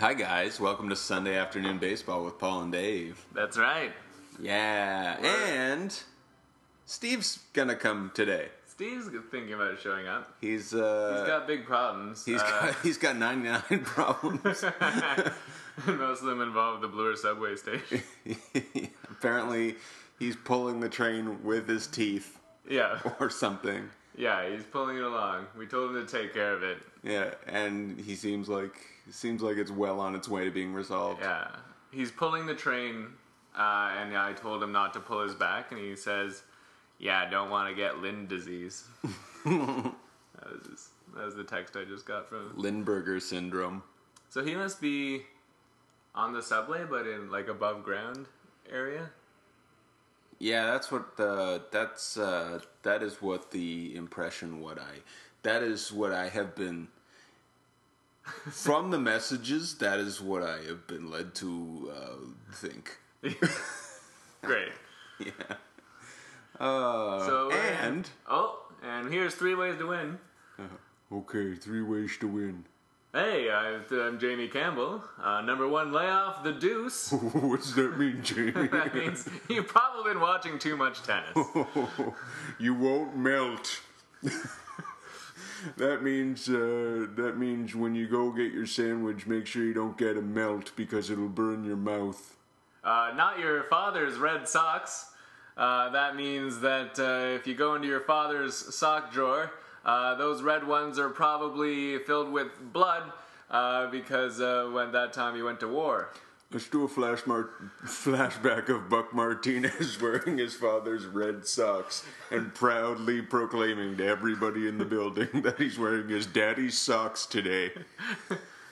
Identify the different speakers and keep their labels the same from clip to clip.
Speaker 1: Hi guys, welcome to Sunday Afternoon Baseball with Paul and Dave.
Speaker 2: That's right.
Speaker 1: Yeah, and Steve's gonna come today.
Speaker 2: Steve's thinking about showing up.
Speaker 1: He's
Speaker 2: He's
Speaker 1: uh
Speaker 2: got big problems.
Speaker 1: he's got,
Speaker 2: Uh,
Speaker 1: he's got 99 problems.
Speaker 2: most of them involve the Bluer subway station.
Speaker 1: Apparently, he's pulling the train with his teeth
Speaker 2: yeah,
Speaker 1: or something.
Speaker 2: yeah, he's pulling it along. We told him to take care of it.
Speaker 1: Yeah, and he seems like seems like it's well on its way to being resolved.
Speaker 2: Yeah, he's pulling the train, uh, and I told him not to pull his back, and he says, "Yeah, I don't want to get Lynn disease." that was his, that was the text I just got from him.
Speaker 1: Lindberger syndrome.
Speaker 2: So he must be on the subway, but in like above ground area.
Speaker 1: Yeah, that's what the that's uh, that is what the impression what I that is what I have been from the messages. That is what I have been led to uh, think.
Speaker 2: Great.
Speaker 1: Yeah. Uh,
Speaker 2: So we're in.
Speaker 1: and
Speaker 2: oh, and here's three ways to win.
Speaker 1: okay, three ways to win.
Speaker 2: Hey, I'm, I'm Jamie Campbell. Uh, number one, lay off the deuce.
Speaker 1: What's that mean, Jamie?
Speaker 2: that means you've probably been watching too much tennis.
Speaker 1: you won't melt. that means uh, that means when you go get your sandwich, make sure you don't get a melt because it'll burn your mouth.
Speaker 2: Uh, not your father's red socks. Uh, that means that uh, if you go into your father's sock drawer, uh, those red ones are probably filled with blood uh, because uh, when that time you went to war.
Speaker 1: Let's do a flash mar- flashback of Buck Martinez wearing his father's red socks and proudly proclaiming to everybody in the building that he's wearing his daddy's socks today.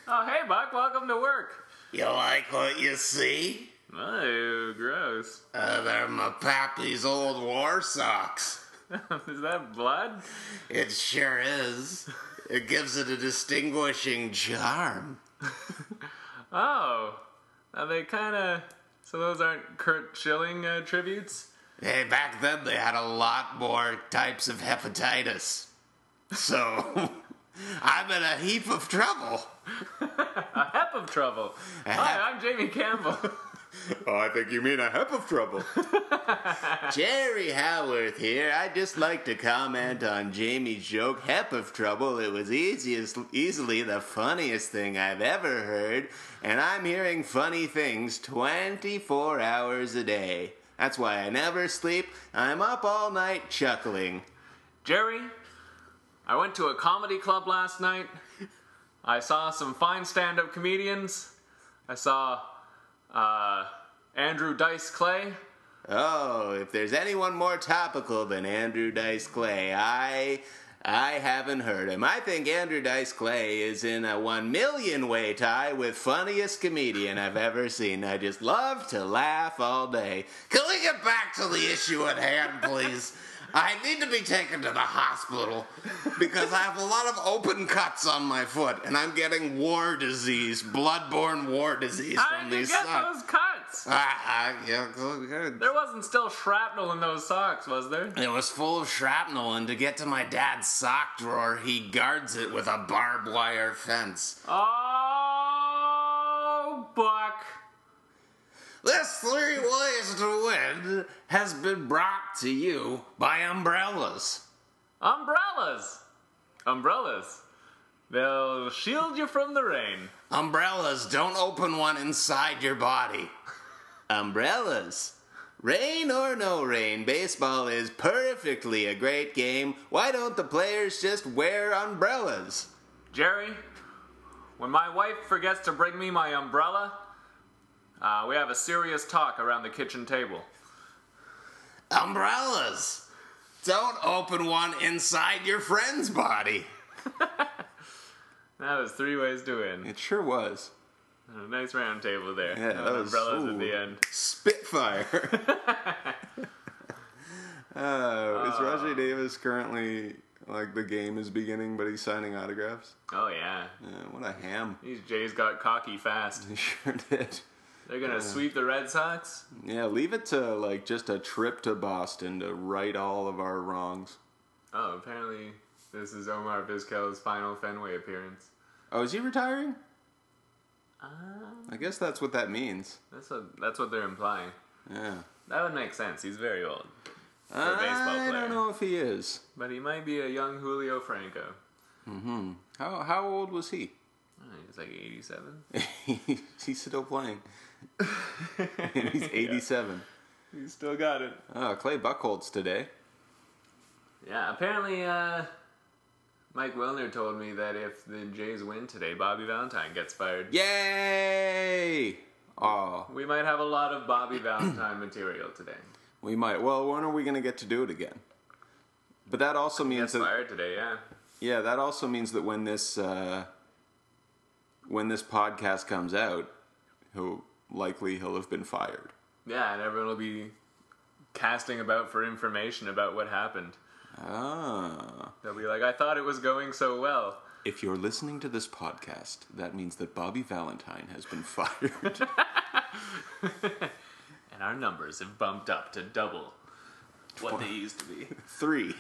Speaker 2: Oh, hey, Buck, welcome to work.
Speaker 3: You like what you see?
Speaker 2: Oh, gross.
Speaker 3: Uh, they're my pappy's old war socks.
Speaker 2: Is that blood?
Speaker 3: It sure is. It gives it a distinguishing charm.
Speaker 2: Oh, now they kind of. So those aren't Kurt Schilling uh, tributes?
Speaker 3: Hey, back then they had a lot more types of hepatitis. So, I'm in a heap of trouble.
Speaker 2: A hep of trouble. Hi, I'm Jamie Campbell.
Speaker 1: Oh, I think you mean a heap of trouble.
Speaker 3: Jerry Howarth here. I'd just like to comment on Jamie's joke, Hep of Trouble. It was easiest, easily the funniest thing I've ever heard, and I'm hearing funny things 24 hours a day. That's why I never sleep. I'm up all night chuckling.
Speaker 2: Jerry, I went to a comedy club last night. I saw some fine stand up comedians. I saw uh, Andrew Dice Clay.
Speaker 3: Oh, if there's anyone more topical than Andrew Dice Clay, I I haven't heard him. I think Andrew Dice Clay is in a one million way tie with funniest comedian I've ever seen. I just love to laugh all day. Can we get back to the issue at hand, please? I need to be taken to the hospital because I have a lot of open cuts on my foot, and I'm getting war disease, bloodborne war disease
Speaker 2: How
Speaker 3: from
Speaker 2: did you
Speaker 3: these
Speaker 2: get
Speaker 3: socks.
Speaker 2: those cuts?
Speaker 3: Ah, ah, yeah, go ahead.
Speaker 2: There wasn't still shrapnel in those socks, was there?
Speaker 3: It was full of shrapnel, and to get to my dad's sock drawer, he guards it with a barbed wire fence.
Speaker 2: Oh, Buck.
Speaker 3: This three ways to win has been brought to you by umbrellas.
Speaker 2: Umbrellas. Umbrellas. They'll shield you from the rain.
Speaker 3: Umbrellas, don't open one inside your body. Umbrellas. Rain or no rain, baseball is perfectly a great game. Why don't the players just wear umbrellas?
Speaker 2: Jerry, when my wife forgets to bring me my umbrella, uh, we have a serious talk around the kitchen table.
Speaker 3: Umbrellas. Don't open one inside your friend's body.
Speaker 2: That was three ways to win.
Speaker 1: It sure was.
Speaker 2: A nice round table there.
Speaker 1: Yeah, that
Speaker 2: And
Speaker 1: was-
Speaker 2: umbrellas
Speaker 1: ooh.
Speaker 2: at the end.
Speaker 1: Spitfire. uh, is Roger Davis currently like the game is beginning, but he's signing autographs?
Speaker 2: Oh yeah,
Speaker 1: Uh, what a ham!
Speaker 2: these Jays got cocky fast.
Speaker 1: He sure did.
Speaker 2: They're gonna sweep the Red Sox.
Speaker 1: Yeah, leave it to like just a trip to Boston to right all of our wrongs.
Speaker 2: Oh, apparently this is Omar Vizquel's final Fenway appearance.
Speaker 1: Oh, is he retiring? I guess that's what that means.
Speaker 2: Ah. That's what that's what they're implying.
Speaker 1: Yeah.
Speaker 2: That would make sense. He's very old, a baseball
Speaker 1: I
Speaker 2: player.
Speaker 1: don't know if he is.
Speaker 2: but he might be a young Julio Franco.
Speaker 1: How how old was he?
Speaker 2: I don't know, He's like 87.
Speaker 1: he's still playing. and he's 87.
Speaker 2: He's still got it.
Speaker 1: Oh, Clay Buckholz today.
Speaker 2: Yeah. Apparently, uh, Mike Wilner told me that if the Jays win today, Bobby Valentine gets fired.
Speaker 1: Yay! Oh,
Speaker 2: We might have a lot of Bobby Valentine material today.
Speaker 1: we might. Well, when are we going to get to do it again? But that also means
Speaker 2: Gets
Speaker 1: that
Speaker 2: fired today. Yeah.
Speaker 1: yeah, that also means that when this uh, when this podcast comes out, he'll likely he'll have been fired.
Speaker 2: Yeah, and everyone will be casting about for information about what happened.
Speaker 1: Ah.
Speaker 2: They'll be like, I thought it was going so well.
Speaker 1: If you're listening to this podcast, that means that Bobby Valentine has been fired.
Speaker 2: And our numbers have bumped up to double what they used to be.
Speaker 1: Three.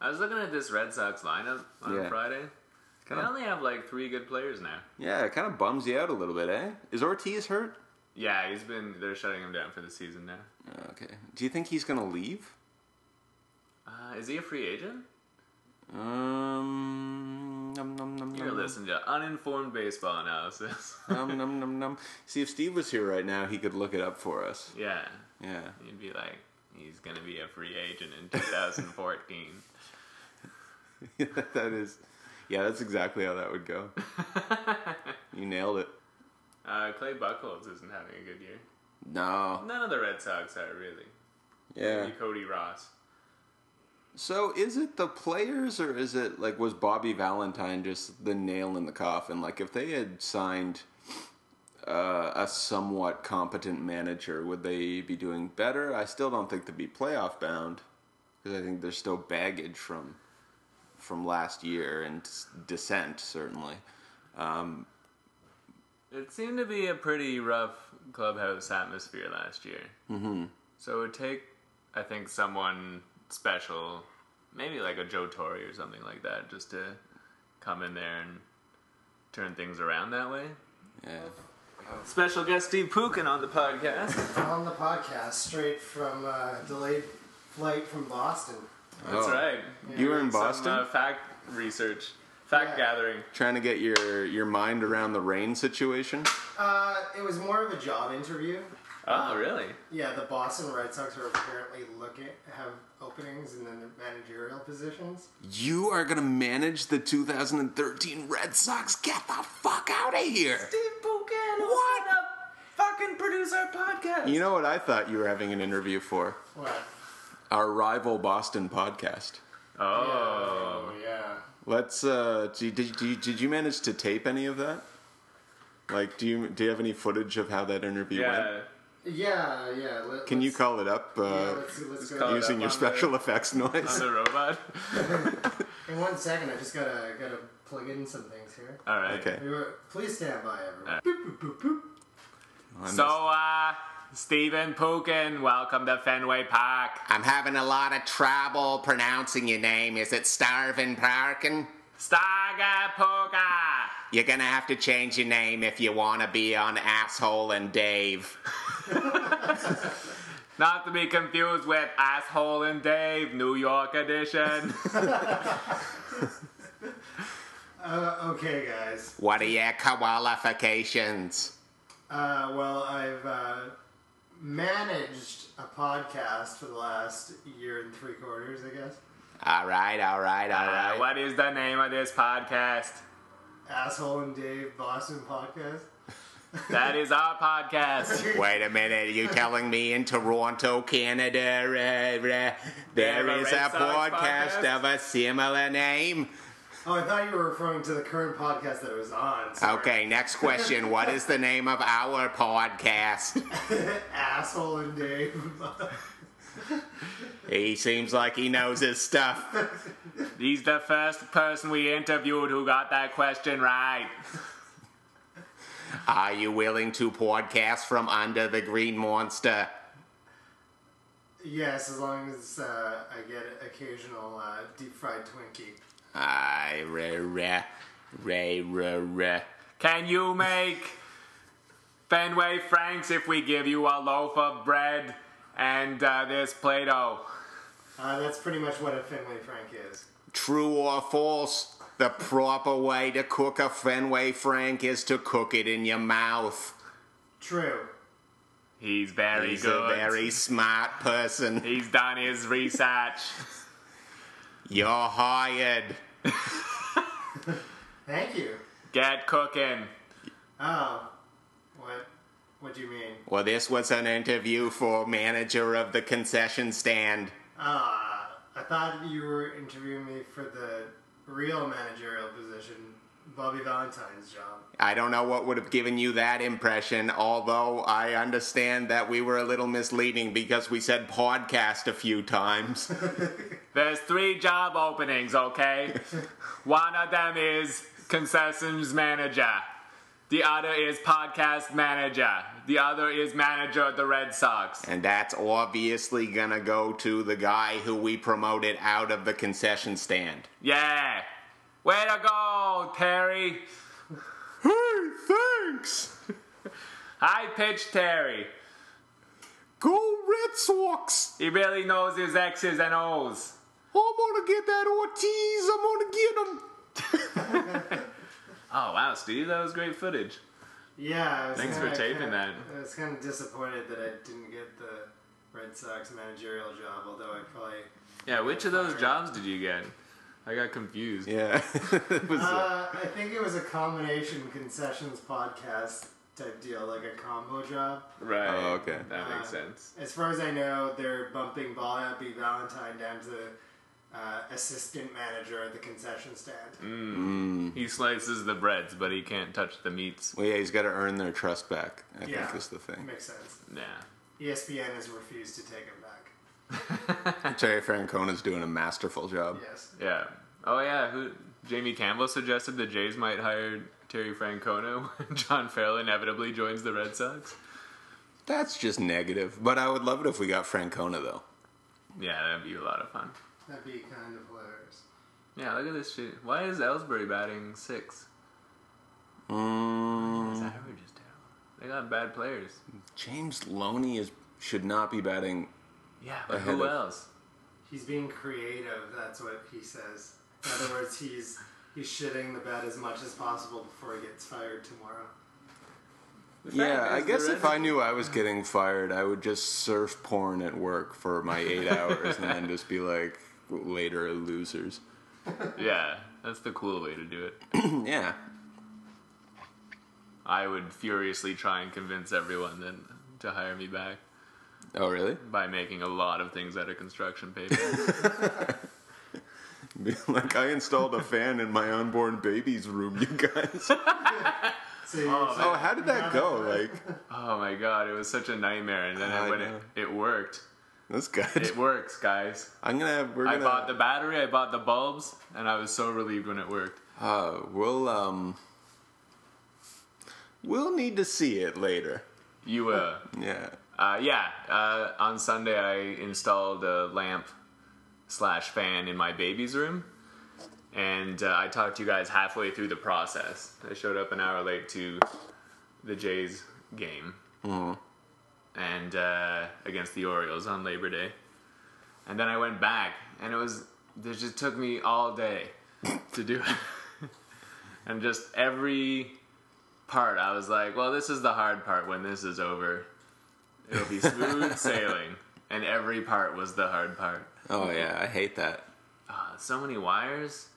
Speaker 2: I was looking at this Red Sox lineup on
Speaker 1: Yeah.
Speaker 2: Friday. They
Speaker 1: Kinda-
Speaker 2: only have like three good players now.
Speaker 1: Yeah, it kind of bums you out a little bit, eh? Is Ortiz hurt?
Speaker 2: Yeah, he's been. They're shutting him down for the season now.
Speaker 1: Okay. Do you think he's gonna leave?
Speaker 2: Uh, is he a free agent?
Speaker 1: Um. Num, num, num,
Speaker 2: You're
Speaker 1: num,
Speaker 2: listening to uninformed baseball analysis.
Speaker 1: Num, num, num, num. See, if Steve was here right now, he could look it up for us.
Speaker 2: yeah,
Speaker 1: Yeah.
Speaker 2: you'd be like, he's gonna be a free agent in 2014.
Speaker 1: that is. Yeah, that's exactly how that would go. you nailed it.
Speaker 2: uh, Clay Buckholz isn't having a good year.
Speaker 1: No.
Speaker 2: None of the Red Sox are really.
Speaker 1: Yeah.
Speaker 2: Maybe Cody Ross.
Speaker 1: So is it the players or is it like was Bobby Valentine just the nail in the coffin? Like if they had signed uh, a somewhat competent manager, would they be doing better? I still don't think they'd be playoff bound because I think there's still baggage from from last year and s- dissent certainly.
Speaker 2: It seemed to be a pretty rough clubhouse atmosphere last year. Mm-hmm. So it would take, I think, someone special, maybe like a Joe Torre or something like that, just to come in there and turn things around that way.
Speaker 1: Yeah.
Speaker 2: Special guest Steve Pookin on the podcast.
Speaker 4: on the podcast straight from uh, delayed flight from Boston.
Speaker 2: That's
Speaker 1: Oh.
Speaker 2: right.
Speaker 1: You were in Boston
Speaker 2: Some uh, fact research, fact
Speaker 4: Yeah.
Speaker 2: gathering.
Speaker 1: trying to get your your mind around the rain situation.
Speaker 4: Uh, it was more of a job interview.
Speaker 1: Ah.
Speaker 2: Oh, really?
Speaker 4: Yeah, the Boston Red Sox are apparently looking have openings and then managerial positions.
Speaker 1: You are gonna manage the 2013 Red Sox. Get the fuck out of here.
Speaker 2: Steve Pookin,
Speaker 1: What?
Speaker 2: what up? Fucking produce our podcast.
Speaker 1: You know what I thought you were having an interview for?
Speaker 4: What?
Speaker 1: Our rival Boston podcast.
Speaker 2: Oh.
Speaker 4: yeah.
Speaker 1: Let's. Uh, do- did, did, did you manage to tape any of that? Like, do you do you have any footage of how that interview went?
Speaker 2: Yeah.
Speaker 4: Yeah, yeah. Let,
Speaker 1: Can you
Speaker 4: let's-
Speaker 1: call it up uh,
Speaker 4: Yeah, let's, let's
Speaker 2: call
Speaker 4: go.
Speaker 2: it
Speaker 1: using
Speaker 2: up
Speaker 1: your
Speaker 2: on
Speaker 1: special effects
Speaker 2: On
Speaker 1: noise?
Speaker 2: the robot.
Speaker 4: In one second, I just gotta gotta plug in some things here.
Speaker 1: Uh,
Speaker 2: All right.
Speaker 1: Okay.
Speaker 4: We were- Please stand by, everyone.
Speaker 2: Alright.
Speaker 4: Boop, boop, boop, boop.
Speaker 1: I'm
Speaker 2: So,
Speaker 1: just-
Speaker 2: uh, Stephen Pookin, welcome to Fenway Park.
Speaker 1: I'm having a lot of trouble pronouncing your name. Is it Starvin Parkin?
Speaker 2: Staga Pooka!
Speaker 1: You're gonna have to change your name if you want to be on Asshole and Dave.
Speaker 2: Not to be confused with Asshole and Dave, New York edition.
Speaker 4: Uh, okay, guys.
Speaker 1: What are your qualifications?
Speaker 4: Uh, well, I've uh, managed a podcast for the last year and three quarters, I guess.
Speaker 1: All right, all right, all
Speaker 2: Uh,
Speaker 1: right.
Speaker 2: what is the name of this podcast?
Speaker 4: Asshole and Dave Boston podcast.
Speaker 2: That is our podcast.
Speaker 1: Wait a minute, you telling me in Toronto, Canada, uh, uh,
Speaker 2: There
Speaker 1: there
Speaker 2: are
Speaker 1: is
Speaker 2: Red
Speaker 1: a
Speaker 2: Sox
Speaker 1: podcast
Speaker 2: podcasts?
Speaker 1: of a similar name?
Speaker 4: Oh, I thought you were referring to the current podcast that it was on. sorry.
Speaker 1: Okay, next question. What is the name of our podcast?
Speaker 4: Asshole and Dave.
Speaker 1: He seems like he knows his stuff.
Speaker 2: He's the first person we interviewed who got that question right.
Speaker 1: Are you willing to podcast from under the green monster?
Speaker 4: yes, as long as uh, I get occasional uh, deep fried Twinkie.
Speaker 1: I re- re- Ray, ra, ra.
Speaker 2: Can you make Fenway Franks if we give you a loaf of bread and uh, this Play Doh?
Speaker 4: Uh, that's pretty much what a Fenway Frank is.
Speaker 1: True or false? The proper way to cook a Fenway Frank is to cook it in your mouth.
Speaker 4: True.
Speaker 2: He's very
Speaker 1: He's
Speaker 2: good.
Speaker 1: a very smart person.
Speaker 2: He's done his research.
Speaker 1: You're hired.
Speaker 4: Thank you.
Speaker 2: Get cooking.
Speaker 4: Oh, what? What do you mean?
Speaker 1: Well, this was an interview for manager of the concession stand.
Speaker 4: Ah, I thought you were interviewing me for the real managerial position, Bobby Valentine's job.
Speaker 1: I don't know what would have given you that impression, although I understand that we were a little misleading because we said podcast a few times.
Speaker 2: There's three job openings, okay? One of them is concessions manager. The other is podcast manager. The other is manager of the Red Sox.
Speaker 1: and that's obviously gonna go to the guy who we promoted out of the concession stand.
Speaker 2: Yeah. Way to go, Terry.
Speaker 1: Hey, thanks!
Speaker 2: High pitched Terry.
Speaker 1: Go Red Sox!
Speaker 2: He really knows his X's and O's.
Speaker 1: I'm gonna get that Ortiz, I'm gonna get him!
Speaker 2: Oh, wow, Steve, that was great footage.
Speaker 4: Yeah. I was
Speaker 2: Thanks for
Speaker 4: kinda-
Speaker 2: taping
Speaker 4: kinda-
Speaker 2: that.
Speaker 4: I was kind of disappointed that I didn't get the Red Sox managerial job, although I probably.
Speaker 2: Yeah, which of those jobs did you get? I got confused.
Speaker 1: Yeah. It was, uh,
Speaker 4: Uh, I think it was a combination concessions podcast type deal, like a combo job.
Speaker 2: Right.
Speaker 1: Oh, okay.
Speaker 2: That makes
Speaker 4: Uh,
Speaker 2: sense.
Speaker 4: As far as I know, they're bumping Bobby Valentine down to the uh, assistant manager at the concession stand.
Speaker 2: Mm, He slices the breads, but he can't touch the meats.
Speaker 1: well, yeah, he's gotta earn their trust back, I
Speaker 4: Yeah.
Speaker 1: think is the thing.
Speaker 4: Makes sense.
Speaker 2: Nah.
Speaker 4: ESPN has refused to take him back.
Speaker 1: Terry Francona's doing a masterful job.
Speaker 4: Yes.
Speaker 2: Yeah. Oh yeah. Who? Jamie Campbell suggested the Jays might hire Terry Francona when John Farrell inevitably joins the Red Sox.
Speaker 1: That's just negative, but I would love it if we got Francona though.
Speaker 2: Yeah, that'd be a lot of fun.
Speaker 4: That'd be kind of hilarious.
Speaker 2: Yeah, look at this shit. Why is Ellsbury batting six?
Speaker 1: Mm,
Speaker 2: His average is terrible. They got bad players.
Speaker 1: James Loney is should not be batting.
Speaker 2: Yeah, but
Speaker 1: Ahead
Speaker 2: who
Speaker 1: of-
Speaker 2: else?
Speaker 4: He's being creative. That's what he says. In other words, he's he's shitting the bed as much as possible before he gets fired tomorrow.
Speaker 1: yeah,
Speaker 2: fact
Speaker 1: I
Speaker 2: is,
Speaker 1: guess
Speaker 2: the
Speaker 1: if
Speaker 2: Red-
Speaker 1: I knew I was getting fired, I would just surf porn at work for my eight hours and then just be like, later losers.
Speaker 2: Yeah, that's the cool way to do it.
Speaker 1: Yeah.
Speaker 2: I would furiously try and convince everyone that to hire me back
Speaker 1: Oh, really?
Speaker 2: by making a lot of things out of construction paper.
Speaker 1: Be like, I installed a fan in my unborn baby's room, you guys.
Speaker 4: So oh,
Speaker 1: Oh, how did that go? Like,
Speaker 2: oh my god, it was such a nightmare, and then
Speaker 1: I
Speaker 2: it, when
Speaker 1: know.
Speaker 2: it, it worked,
Speaker 1: that's good.
Speaker 2: it works, guys.
Speaker 1: I'm gonna have, we're
Speaker 2: I
Speaker 1: gonna,
Speaker 2: bought the battery, I bought the bulbs, and I was so relieved when it worked.
Speaker 1: uh, we'll, um, we'll need to see it later.
Speaker 2: You, uh,
Speaker 1: Yeah.
Speaker 2: uh yeah, uh, on Sunday I installed a lamp slash fan in my baby's room, and uh, I talked to you guys halfway through the process. I showed up an hour late to the Jays game, and uh, against the Orioles on Labor Day, and then I went back, and it was this just took me all day to do it, and just every part I was like, well, this is the hard part. When this is over, it'll be smooth sailing, and every part was the hard part Ah,
Speaker 1: Oh, yeah, I hate that.
Speaker 2: so many wires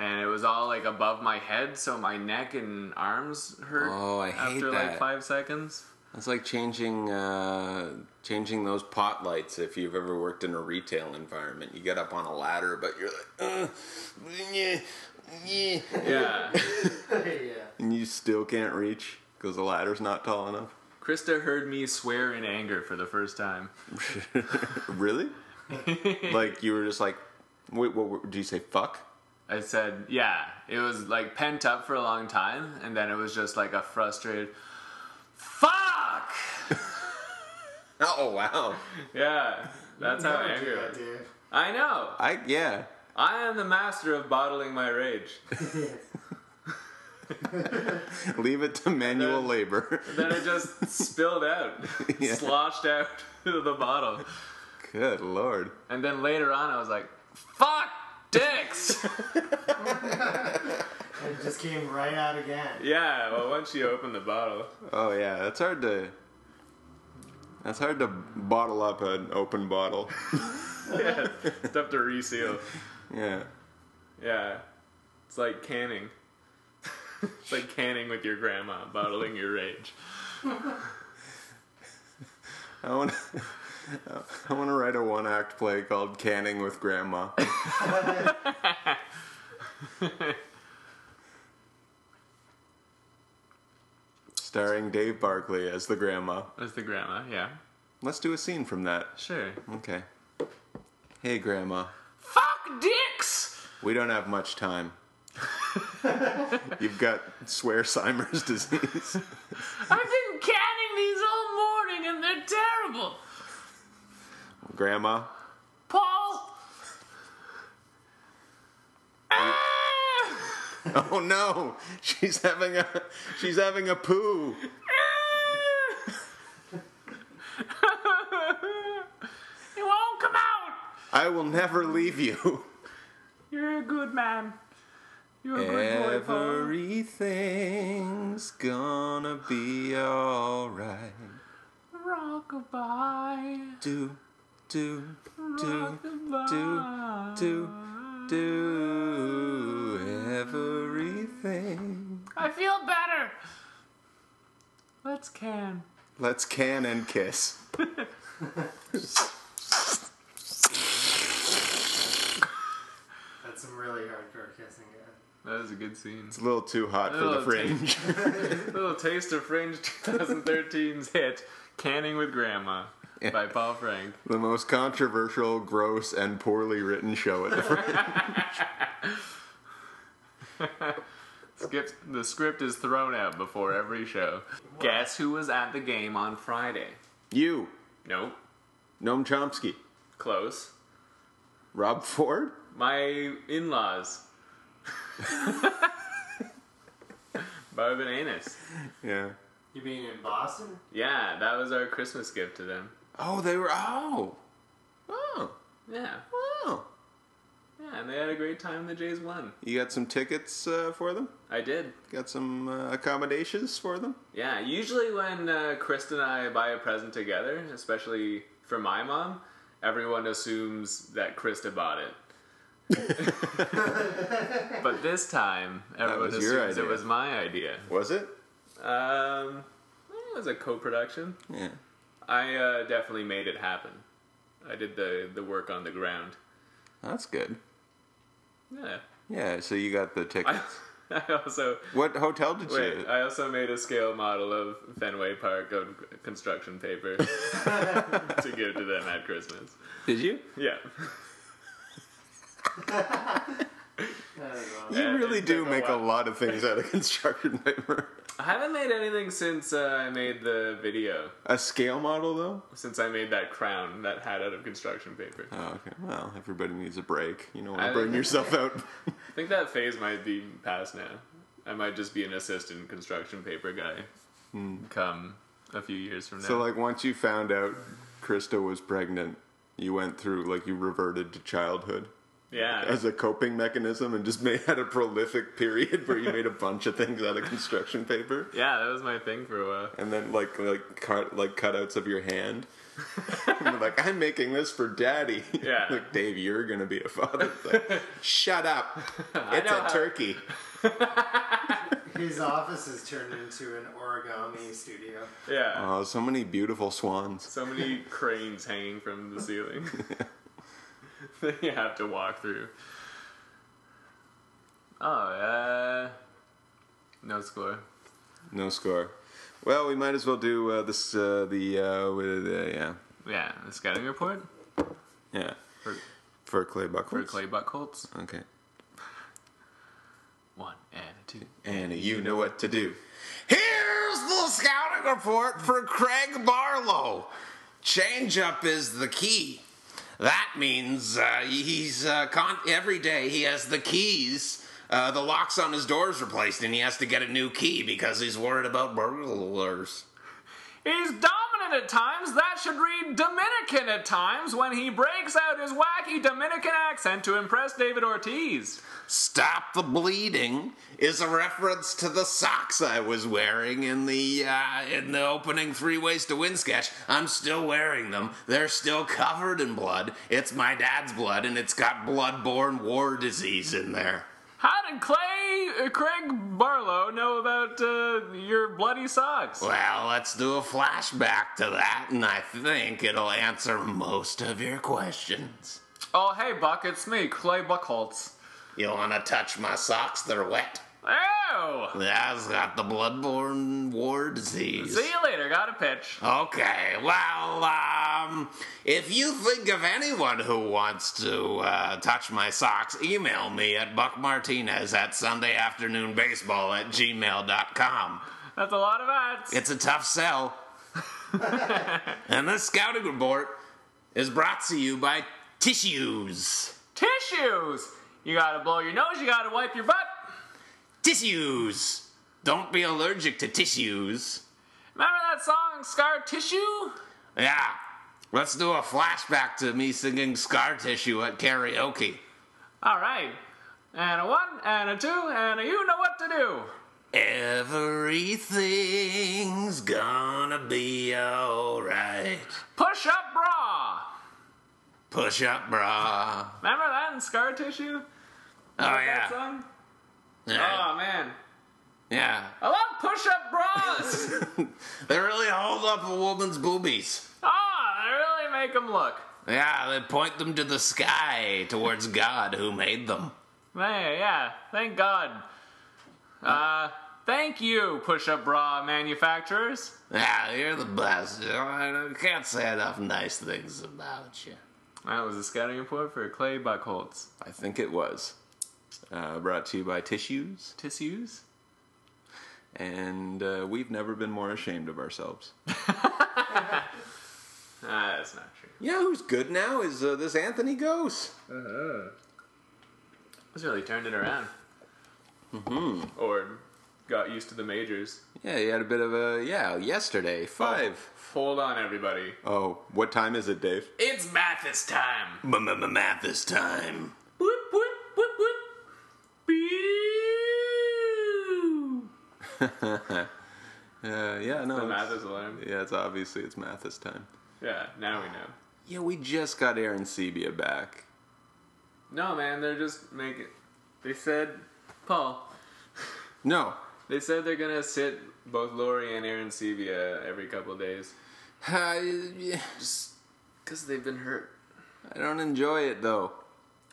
Speaker 2: and it was all like above my head so my neck and arms hurt
Speaker 1: Oh, I hate
Speaker 2: after like
Speaker 1: that.
Speaker 2: five seconds
Speaker 1: It's like changing uh, changing those pot lights. If you've ever worked in a retail environment, you get up on a ladder, but you're like, "Ugh, yeah, yeah,"
Speaker 2: yeah
Speaker 4: yeah.
Speaker 1: and you still can't reach because the ladder's not tall enough.
Speaker 2: krista heard me swear in anger for the first time
Speaker 1: Really? like you were just like, wait, what, what do you say? Fuck.
Speaker 2: i said yeah it was like pent up for a long time and then it was just like a frustrated fuck
Speaker 1: Oh wow.
Speaker 2: yeah that's how
Speaker 4: Never do
Speaker 2: angry I
Speaker 4: that,
Speaker 2: was
Speaker 4: Dave.
Speaker 2: i know
Speaker 1: I yeah.
Speaker 2: I am the master of bottling my rage.
Speaker 5: Leave it to manual
Speaker 2: then-
Speaker 5: labor.
Speaker 2: then it just spilled out,
Speaker 5: Yeah.
Speaker 2: sloshed out of the bottle.
Speaker 5: Good lord.
Speaker 2: And then later on, I was like, fuck dicks!
Speaker 4: It just came right out again.
Speaker 2: yeah, well, once you open the bottle.
Speaker 1: Oh yeah, that's hard to. That's hard to bottle up an open bottle.
Speaker 2: Yeah, stuff to reseal.
Speaker 1: Yeah.
Speaker 2: Yeah. It's like canning. it's like canning with your grandma, bottling your rage.
Speaker 1: I want. to I want to write a one-act play called Canning with Grandma. Starring Dave Barkley as the grandma.
Speaker 2: That's the grandma, yeah.
Speaker 1: Let's do a scene from that.
Speaker 2: Sure.
Speaker 1: Okay. Hey, Grandma.
Speaker 2: Fuck dicks!
Speaker 1: We don't have much time. You've got Swearsheimer's disease.
Speaker 2: I've been canning these all morning and they're terrible!
Speaker 1: Grandma,
Speaker 2: Paul!
Speaker 1: Oh no, she's having a she's having a poo.
Speaker 2: It won't come out!
Speaker 1: I will never leave you.
Speaker 2: You're a good man. You're a good boy, Paul.
Speaker 1: Everything's gonna be alright.
Speaker 2: Rockabye.
Speaker 1: Do do do
Speaker 2: Rockabye.
Speaker 1: do do everything.
Speaker 2: I feel better. Let's can.
Speaker 1: Let's can and kiss.
Speaker 4: That's some really hardcore kissing. Yeah.
Speaker 2: That was a good scene.
Speaker 1: It's a little too hot for the
Speaker 2: Little
Speaker 1: fringe.
Speaker 2: little taste of Fringe 2013's hit, Canning with Grandma by Paul Frank.
Speaker 1: the most controversial, gross, and poorly written show at the fringe.
Speaker 2: Skip, the script is thrown out before every show. Guess who was at the game on Friday?
Speaker 1: you,
Speaker 2: Nope.
Speaker 1: Noam Chomsky,
Speaker 2: Close.
Speaker 1: Rob Ford.
Speaker 2: My in laws. Barb and Anus.
Speaker 1: Yeah.
Speaker 4: You mean in Boston?
Speaker 2: Yeah, that was our Christmas gift to them.
Speaker 1: Oh, they were. Oh. Oh.
Speaker 2: Yeah.
Speaker 1: Oh.
Speaker 2: Yeah, and they had a great time. The Jays won.
Speaker 1: You got some tickets uh, for them?
Speaker 2: I did.
Speaker 1: Got some uh, accommodations for them?
Speaker 2: Yeah, usually when uh, Kristen and I buy a present together, especially for my mom, everyone assumes that Krista bought it. but this time, everyone
Speaker 1: was your
Speaker 2: assumes it
Speaker 1: idea.
Speaker 2: was my idea.
Speaker 1: Was it?
Speaker 2: Um, it was a co-production.
Speaker 1: Yeah.
Speaker 2: I uh, definitely made it happen. I did the the work on the ground.
Speaker 1: That's good.
Speaker 2: Yeah.
Speaker 1: Yeah, so you got the tickets.
Speaker 2: I, I also
Speaker 1: what hotel did
Speaker 2: wait.
Speaker 1: you?
Speaker 2: I also made a scale model of Fenway Park of construction paper to give to them at Christmas.
Speaker 1: did you?
Speaker 2: Yeah.
Speaker 4: That is awesome.
Speaker 1: You
Speaker 2: Yeah, it
Speaker 1: really
Speaker 2: took
Speaker 1: do
Speaker 2: a
Speaker 1: make a
Speaker 2: while.
Speaker 1: lot of things out of construction paper.
Speaker 2: I haven't made anything since uh, I made the video.
Speaker 1: A scale model, though?
Speaker 2: Since I made that crown, that hat out of construction paper.
Speaker 1: Oh, okay. Well, everybody needs a break. You don't want
Speaker 2: I-
Speaker 1: to burn yourself out.
Speaker 2: I think that phase might be past now. I might just be an assistant construction paper guy. Come a few years from now.
Speaker 1: Hmm. so, like, once you found out Krista was pregnant, you went through, like, you reverted to childhood.
Speaker 2: yeah.
Speaker 1: as a coping mechanism and just made had a prolific period where you made a bunch of things out of construction paper
Speaker 2: yeah, that was my thing for a while.
Speaker 1: and then like like cut like cutouts of your hand And you're like i'm making this for daddy
Speaker 2: Yeah.
Speaker 1: like dave you're gonna be a father It's like, shut up it's
Speaker 2: know
Speaker 1: a
Speaker 2: how-
Speaker 1: turkey
Speaker 4: His office has turned into an origami studio.
Speaker 2: Yeah.
Speaker 1: oh so many beautiful swans
Speaker 2: So many cranes hanging from the ceiling that you have to walk through. Oh, uh. No score.
Speaker 1: no score well we might as well do uh, this uh, the uh, with, uh yeah
Speaker 2: Yeah, the scouting report
Speaker 1: yeah
Speaker 2: for,
Speaker 1: for clay buckles
Speaker 2: for Clay Buckholtz.
Speaker 1: okay
Speaker 2: One and a two.
Speaker 1: And you know what to do. Here's the scouting report for Craig Barlow. Change up is the key.
Speaker 3: That means uh, he's uh, con- every day he has the keys. Uh, the locks on his doors replaced, and he has to get a new key because he's worried about burglars.
Speaker 2: He's dominant at times. That should read Dominican at times when he breaks out his wacky Dominican accent to impress David Ortiz.
Speaker 3: Stop the bleeding is a reference to the socks I was wearing in the uh, in the opening Three Ways to Win sketch. I'm still wearing them. They're still covered in blood. It's my dad's blood, and it's got bloodborne war disease in there.
Speaker 2: How did Clay uh, Craig Barlow know about uh, your bloody socks?
Speaker 3: Well, let's do a flashback to that, and I think it'll answer most of your questions.
Speaker 2: Oh, hey, Buck, it's me, Clay Buckholtz.
Speaker 3: You want to touch my socks? They're wet.
Speaker 2: Ew!
Speaker 3: That's got the bloodborne war disease.
Speaker 2: See you later. Got a pitch.
Speaker 3: Okay, well, um, if you think of anyone who wants to uh, touch my socks, email me at buckmartinez at sundayafternoonbaseball at gmail.com.
Speaker 2: That's a lot of ads.
Speaker 3: It's a tough sell. and this scouting report is brought to you by Tissues.
Speaker 2: Tissues! You gotta blow your nose, you gotta wipe your butt.
Speaker 3: Tissues! Don't be allergic to tissues.
Speaker 2: Remember that song, Scar Tissue?
Speaker 3: Yeah, let's do a flashback to me singing Scar Tissue at karaoke.
Speaker 2: All right. And a one, and a two, and a you know what to do.
Speaker 3: Everything's gonna be alright.
Speaker 2: Push up bra.
Speaker 3: Push up, bra.
Speaker 2: Remember that in Scar Tissue?
Speaker 3: Oh,
Speaker 2: That
Speaker 3: yeah.
Speaker 2: song?
Speaker 3: yeah.
Speaker 2: Oh man.
Speaker 3: Yeah.
Speaker 2: I love push up bras.
Speaker 3: They really hold up a woman's boobies.
Speaker 2: Ah, they really make them look.
Speaker 3: Yeah, they point them to the sky towards God who made them.
Speaker 2: Man, yeah. Thank God. Uh, thank you, push up bra manufacturers.
Speaker 3: Yeah, you're the best. I can't say enough nice things about you.
Speaker 2: That was a scouting report for Clay Buckholtz.
Speaker 3: I think it was. Uh, brought to you by Tissues.
Speaker 2: Tissues?
Speaker 3: and uh, we've never been more ashamed of ourselves.
Speaker 2: Ah, that's not true.
Speaker 3: You know who's good now is uh, this Anthony Ghost.
Speaker 2: He's really turned it around. Mm-hmm. Or got used to the majors.
Speaker 3: Yeah, he had a bit of a yeah yesterday five.
Speaker 2: Hold on, everybody.
Speaker 6: Oh, what time is it, Dave?
Speaker 2: It's Mathis time.
Speaker 3: Math this time.
Speaker 2: Whoop, whoop, whoop, whoop. Boo.
Speaker 3: Uh, yeah, no,
Speaker 2: The
Speaker 3: it's-
Speaker 2: Mathis alarm.
Speaker 6: Yeah, it's obviously it's math this time.
Speaker 2: Yeah, now we know.
Speaker 6: Yeah, we just got Aaron Sebia back.
Speaker 2: No, man, they're just making. They said, Paul.
Speaker 6: No,
Speaker 2: They said they're gonna sit both Lori and Aaron Sevia every couple days.
Speaker 6: I, yeah,
Speaker 2: Cause they've been hurt.
Speaker 6: I don't enjoy it though.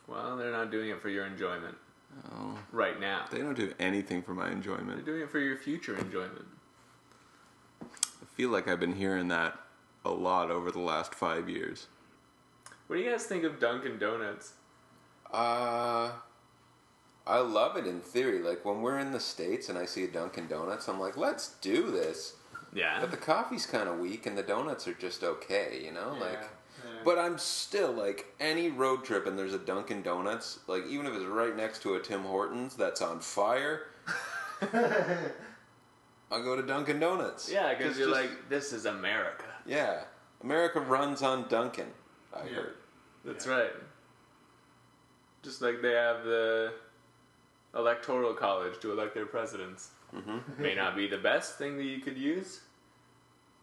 Speaker 2: Well, they're not doing it for your enjoyment. Oh. Right now.
Speaker 6: They don't do anything for my enjoyment.
Speaker 2: They're doing it for your future enjoyment.
Speaker 6: I feel like I've been hearing that a lot over the last five years.
Speaker 2: What do you guys think of Dunkin' Donuts?
Speaker 3: Uh, I love it in theory. Like when we're in the states and I see a Dunkin' Donuts, I'm like, let's do this.
Speaker 2: Yeah.
Speaker 3: But the coffee's kind of weak and the donuts are just okay, you know? Like
Speaker 4: yeah.
Speaker 3: but I'm still like any road trip and there's a Dunkin Donuts, like even if it's right next to a Tim Hortons that's on fire, I go to Dunkin Donuts.
Speaker 2: Yeah, because
Speaker 3: It's
Speaker 2: you're
Speaker 3: just-
Speaker 2: like, this is America.
Speaker 3: Yeah. America runs on Dunkin. I
Speaker 4: Yeah.
Speaker 3: heard.
Speaker 2: That's right. Just like they have the electoral college to elect their presidents. Mm-hmm. May not be the best thing that you could use,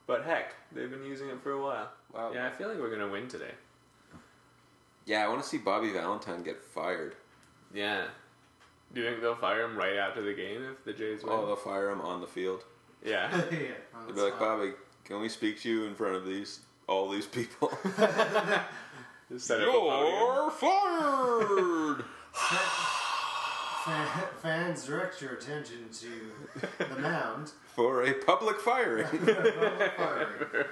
Speaker 2: but heck, they've been using it for a while.
Speaker 3: Wow.
Speaker 2: Yeah, I feel like we're gonna win today.
Speaker 3: Yeah, I want to see Bobby Valentine get fired.
Speaker 2: Yeah. Do you think they'll fire him right after the game if the Jays win?
Speaker 3: Oh, they'll fire him on the field.
Speaker 2: yeah.
Speaker 4: yeah. on the
Speaker 3: They'll be like,
Speaker 4: spot.
Speaker 3: Bobby, can we speak to you in front of these all these people?
Speaker 2: Just set up a podium.
Speaker 3: You're fired.
Speaker 4: Fan- Fans, direct your attention to the mound.
Speaker 3: for a public firing.
Speaker 4: Firing.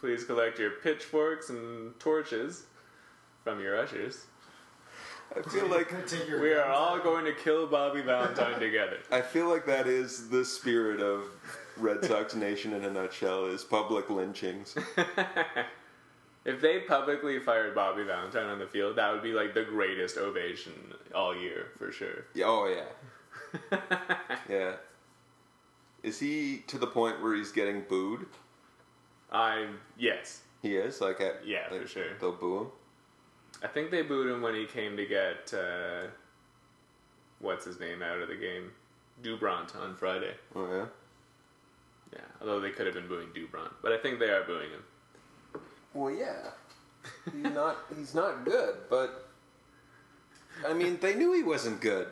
Speaker 2: Please collect your pitchforks and torches from your ushers.
Speaker 3: I feel like
Speaker 4: Take your
Speaker 2: We are
Speaker 4: guns
Speaker 2: all
Speaker 4: out.
Speaker 2: going to kill Bobby Valentine together.
Speaker 3: I feel like that is the spirit of Red Sox Nation in a nutshell is public lynchings.
Speaker 2: If they publicly fired Bobby Valentine on the field, that would be like the greatest ovation all year for sure.
Speaker 1: Yeah, oh yeah, yeah. Is he to the point where he's getting booed?
Speaker 2: I yes,
Speaker 1: He is like at
Speaker 2: Yeah,
Speaker 1: like,
Speaker 2: for sure.
Speaker 1: They'll boo him.
Speaker 2: I think they booed him when he came to get uh, what's his name out of the game, Dubront on Friday.
Speaker 1: Oh yeah.
Speaker 2: Yeah, although they could have been booing Dubront, but I think they are booing him.
Speaker 1: Well, yeah. He's not. He's not good, but I mean, they knew he wasn't good.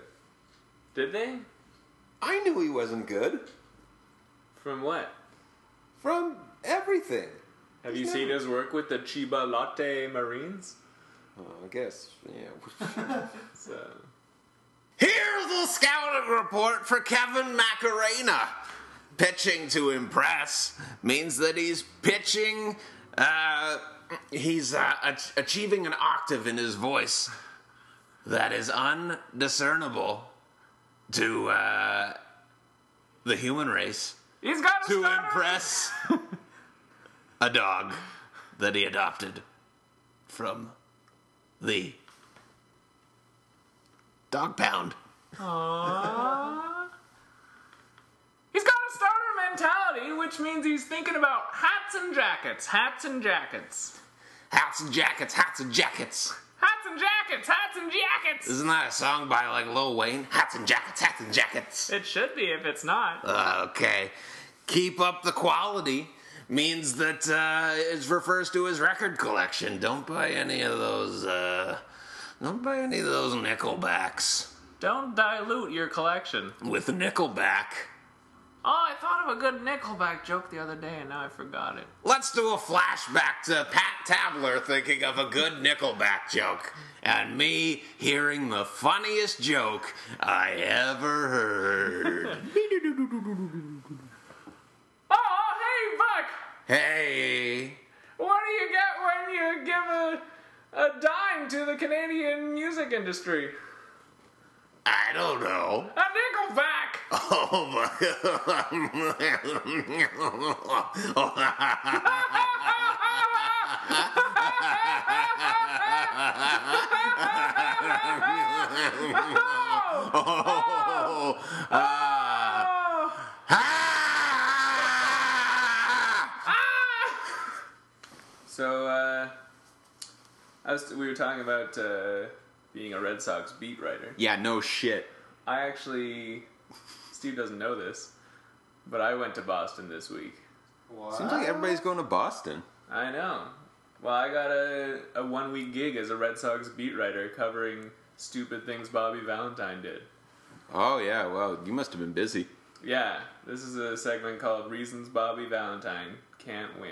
Speaker 2: Did they?
Speaker 1: I knew he wasn't good
Speaker 2: From what?
Speaker 1: from everything.
Speaker 2: Have you seen his work with the Chiba Latte Marines?
Speaker 1: Oh, I guess. Yeah.
Speaker 2: So,
Speaker 3: Here's the scouting report for Kevin Macarena. Pitching to impress means that he's pitching, uh, he's uh, ach- achieving an octave in his voice that is undiscernible to uh, the human race
Speaker 2: he's got a
Speaker 3: to
Speaker 2: stutter!
Speaker 3: impress a dog that he adopted from the dog pound.
Speaker 2: He's got a starter mentality, which means he's thinking about hats and jackets, hats and jackets,
Speaker 3: Hats and jackets, hats and jackets.
Speaker 2: hats and jackets, hats and jackets.
Speaker 3: Isn't that a song by like Lil Wayne? Hats and jackets, hats and jackets.
Speaker 2: It should be if it's not.
Speaker 3: Uh. Okay. Keep up the quality means that uh, it refers to his record collection. Don't buy any of those. Uh, don't buy any of those Nickelbacks.
Speaker 2: Don't dilute your collection.
Speaker 3: With Nickelback.
Speaker 2: Oh, I thought of a good Nickelback joke the other day and now I forgot it.
Speaker 3: Let's do a flashback to Pat Tabler thinking of a good Nickelback joke and me hearing the funniest joke I ever heard.
Speaker 2: Oh, hey, Buck!
Speaker 3: hey,
Speaker 2: What do you get when you give a, a dime to the Canadian music industry?
Speaker 3: I don't know.
Speaker 2: A Nickelback!
Speaker 3: Oh my
Speaker 2: Oh!
Speaker 3: Oh, ah.
Speaker 2: Oh!
Speaker 3: Ah!
Speaker 2: Ah! So, uh, I was, we were talking about uh, being a Red Sox beat writer.
Speaker 3: Yeah, no shit.
Speaker 2: I actually, Steve doesn't know this, but I went to Boston this week.
Speaker 4: What?
Speaker 1: Seems like everybody's going to Boston.
Speaker 2: I know. Well, I got a, a one week gig as a Red Sox beat writer covering stupid things Bobby Valentine did.
Speaker 1: Oh yeah. Well, you must have been busy.
Speaker 2: Yeah, this is a segment called Reasons Bobby Valentine Can't Win.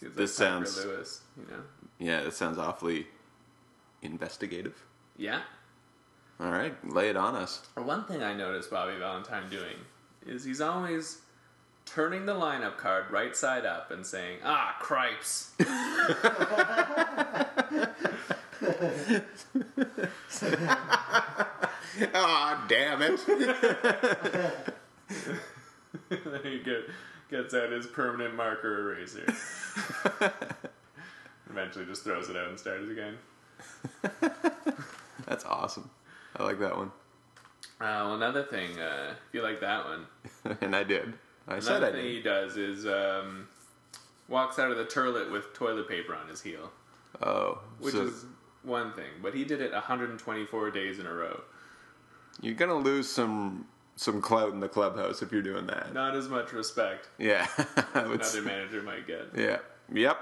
Speaker 2: Seems
Speaker 1: This
Speaker 2: Parker
Speaker 1: sounds-
Speaker 2: Lewis, you know?
Speaker 1: Yeah, that sounds awfully investigative.
Speaker 2: Yeah.
Speaker 1: All right, lay it on us.
Speaker 2: One thing I noticed Bobby Valentine doing is he's always turning the lineup card right side up and saying, "Ah, cripes."
Speaker 3: Aw, damn it.
Speaker 2: then he get, gets out his permanent marker eraser. Eventually, just throws it out and starts again.
Speaker 1: That's awesome. I like that one,
Speaker 2: Uh, well, another thing, uh, if you like that one,
Speaker 1: and I did. I said I
Speaker 2: another thing
Speaker 1: did.
Speaker 2: he does is um, walks out of the toilet with toilet paper on his heel,
Speaker 1: Oh,
Speaker 2: which
Speaker 1: so
Speaker 2: is one thing. But he did it 124 days in a row.
Speaker 1: you're gonna lose some some clout in the clubhouse if you're doing that.
Speaker 2: Not as much respect
Speaker 1: Yeah, I would
Speaker 2: another
Speaker 1: say-
Speaker 2: manager might get.
Speaker 1: Yeah. Yep.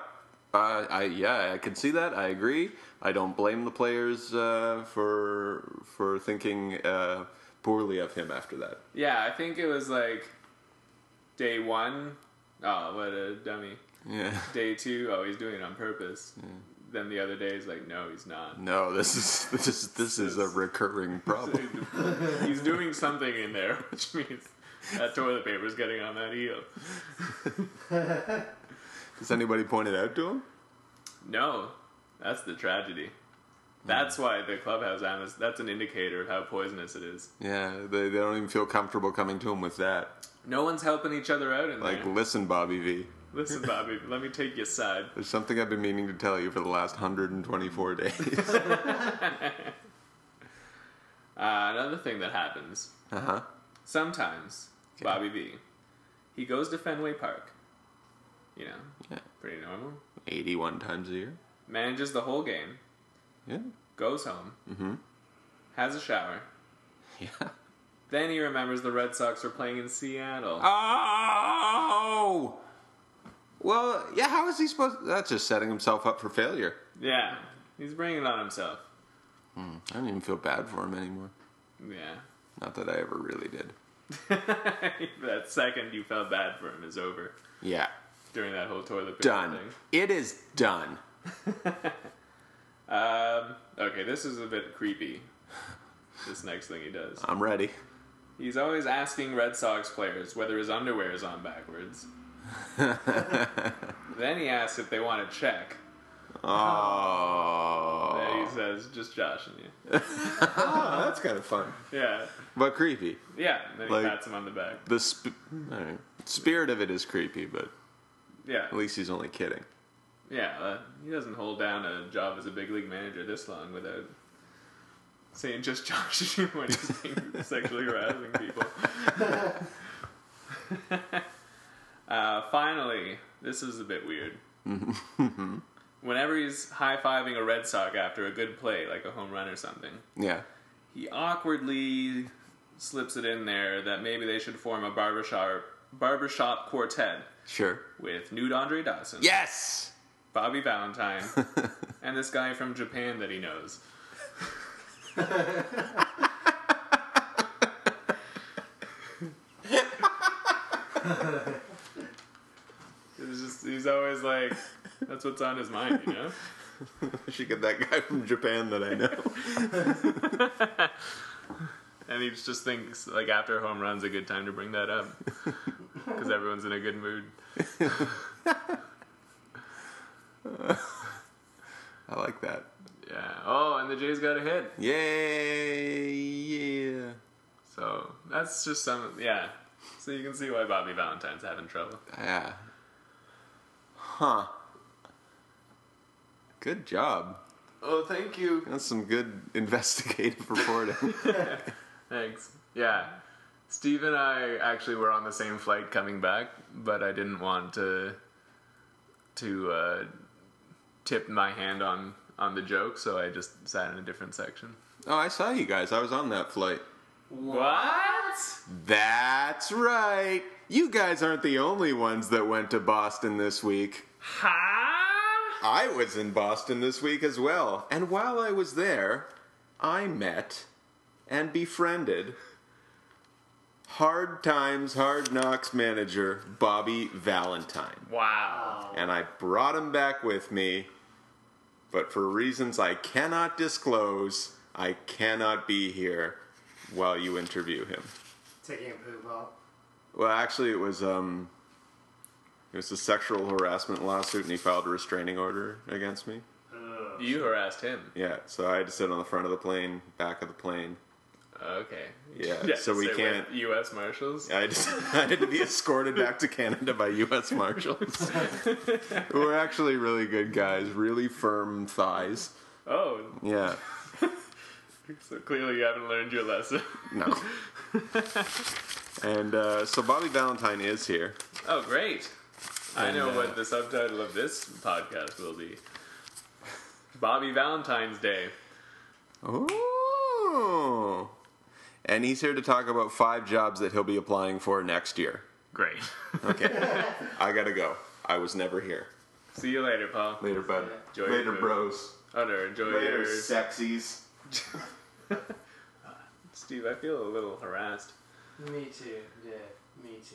Speaker 1: Uh, I yeah, I can see that. I agree. I don't blame the players uh, for for thinking uh, poorly of him after that.
Speaker 2: Yeah, I think it was like day one. Oh, what a dummy.
Speaker 1: Yeah.
Speaker 2: Day two, oh, he's doing it on purpose.
Speaker 1: Hmm.
Speaker 2: Then the other day, he's like, no, he's not.
Speaker 1: No, this is this is this is a recurring problem.
Speaker 2: he's doing something in there, which means that toilet paper's getting on that heel.
Speaker 1: Does anybody point it out to him?
Speaker 2: No, that's the tragedy.
Speaker 1: Hmm.
Speaker 2: That's why the clubhouse amethyst, that's an indicator of how poisonous it is.
Speaker 1: Yeah, they, they don't even feel comfortable coming to him with that.
Speaker 2: No one's helping each other out in
Speaker 1: Like,
Speaker 2: there.
Speaker 1: listen, Bobby V.
Speaker 2: Listen, Bobby, let me take you aside.
Speaker 1: There's something I've been meaning to tell you for the last 124 days.
Speaker 2: Uh, another thing that happens
Speaker 1: uh huh.
Speaker 2: sometimes, Bobby B, he goes to Fenway Park. You know,
Speaker 1: Yeah.
Speaker 2: pretty normal.
Speaker 1: 81 times a year.
Speaker 2: Manages the whole game,
Speaker 1: Yeah.
Speaker 2: goes home, has a shower.
Speaker 1: Mm-hmm. Yeah.
Speaker 2: Then he remembers the Red Sox are playing in Seattle.
Speaker 1: Ah. Oh! Well, yeah, how is he supposed That's just setting himself up for failure.
Speaker 2: Yeah, he's bringing it on himself.
Speaker 1: I don't even feel bad for him anymore.
Speaker 2: Yeah.
Speaker 1: Not that I ever really did.
Speaker 2: that second you felt bad for him is over
Speaker 1: Yeah.
Speaker 2: during that whole toilet paper
Speaker 1: Done.
Speaker 2: thing.
Speaker 1: It is done.
Speaker 2: Um, okay, this is a bit creepy. This next thing he does.
Speaker 1: I'm ready.
Speaker 2: He's always asking Red Sox players whether his underwear is on backwards. then he asks if they want to check.
Speaker 1: Oh.
Speaker 2: And he says, just joshing you.
Speaker 1: Oh, that's kind of fun.
Speaker 2: Yeah.
Speaker 1: But creepy.
Speaker 2: Yeah. And then he
Speaker 1: Like-
Speaker 2: pats him on the back.
Speaker 1: The sp- I don't know. spirit of it is creepy, but
Speaker 2: Yeah.
Speaker 1: at least he's only kidding.
Speaker 2: Yeah. Uh, he doesn't hold down a job as a big league manager this long without saying just joshing you when he's being sexually harassing people. uh, finally, this is a bit weird. Whenever he's high fiving a Red Sox after a good play, like a home run or something,
Speaker 1: Yeah.
Speaker 2: he awkwardly slips it in there that maybe they should form a barbershop barbershop quartet
Speaker 1: Sure.
Speaker 2: with nude Andre Dawson,
Speaker 1: Yes!
Speaker 2: Bobby Valentine, and this guy from Japan that he knows. It's just, he's always like, that's what's on his mind, you know?
Speaker 1: I should get that guy from Japan that I know.
Speaker 2: And he just thinks, like, after home run's a good time to bring that up. Because everyone's in a good mood.
Speaker 1: I like that.
Speaker 2: Yeah. Oh, and the Jays got a hit.
Speaker 1: Yay! Yeah.
Speaker 2: So that's just some. Yeah. So you can see why Bobby Valentine's having trouble.
Speaker 1: Yeah. Huh. Good job.
Speaker 2: Oh, thank you.
Speaker 1: That's some good investigative reporting.
Speaker 2: Thanks. Yeah. Steve and I actually were on the same flight coming back, but I didn't want to to uh, tip my hand on on the joke, so I just sat in a different section.
Speaker 1: oh, I saw you guys. I was on that flight.
Speaker 2: What?
Speaker 1: That's right. You guys aren't the only ones that went to Boston this week.
Speaker 2: Ha!
Speaker 1: I was in Boston this week as well. And while I was there, I met and befriended Hard Times, Hard Knocks manager Bobby Valentine.
Speaker 2: Wow.
Speaker 1: And I brought him back with me, but for reasons I cannot disclose, I cannot be here while you interview him.
Speaker 4: Taking a poop while
Speaker 1: Well, actually, it was um, it was a sexual harassment lawsuit, and he filed a restraining order against me.
Speaker 2: You harassed him.
Speaker 1: Yeah, so I had to sit on the front of the plane, back of the plane.
Speaker 2: Okay.
Speaker 1: Yeah, so we
Speaker 2: with
Speaker 1: can't-
Speaker 2: U.S. Marshals.
Speaker 1: I just I had to be escorted back to Canada by U.S. Marshals. who were actually really good guys, really firm thighs.
Speaker 2: Oh,
Speaker 1: Yeah,
Speaker 2: so clearly you haven't learned your lesson.
Speaker 1: no. And uh, so Bobby Valentine is here.
Speaker 2: Oh, great. I know
Speaker 1: And, uh,
Speaker 2: what the subtitle of this podcast will be Bobby Valentine's Day.
Speaker 1: Ooh. And he's here to talk about five jobs that he'll be applying for next year.
Speaker 2: Great.
Speaker 1: Okay. I gotta go. I was never here.
Speaker 2: See you later, Paul.
Speaker 1: Later, bud.
Speaker 2: Enjoy your
Speaker 1: Later,
Speaker 2: food.
Speaker 1: bros.
Speaker 2: Hunter, enjoy
Speaker 1: Later,
Speaker 2: your.
Speaker 1: sexies.
Speaker 2: Steve, I feel a little harassed.
Speaker 4: Me too. Yeah. Me too.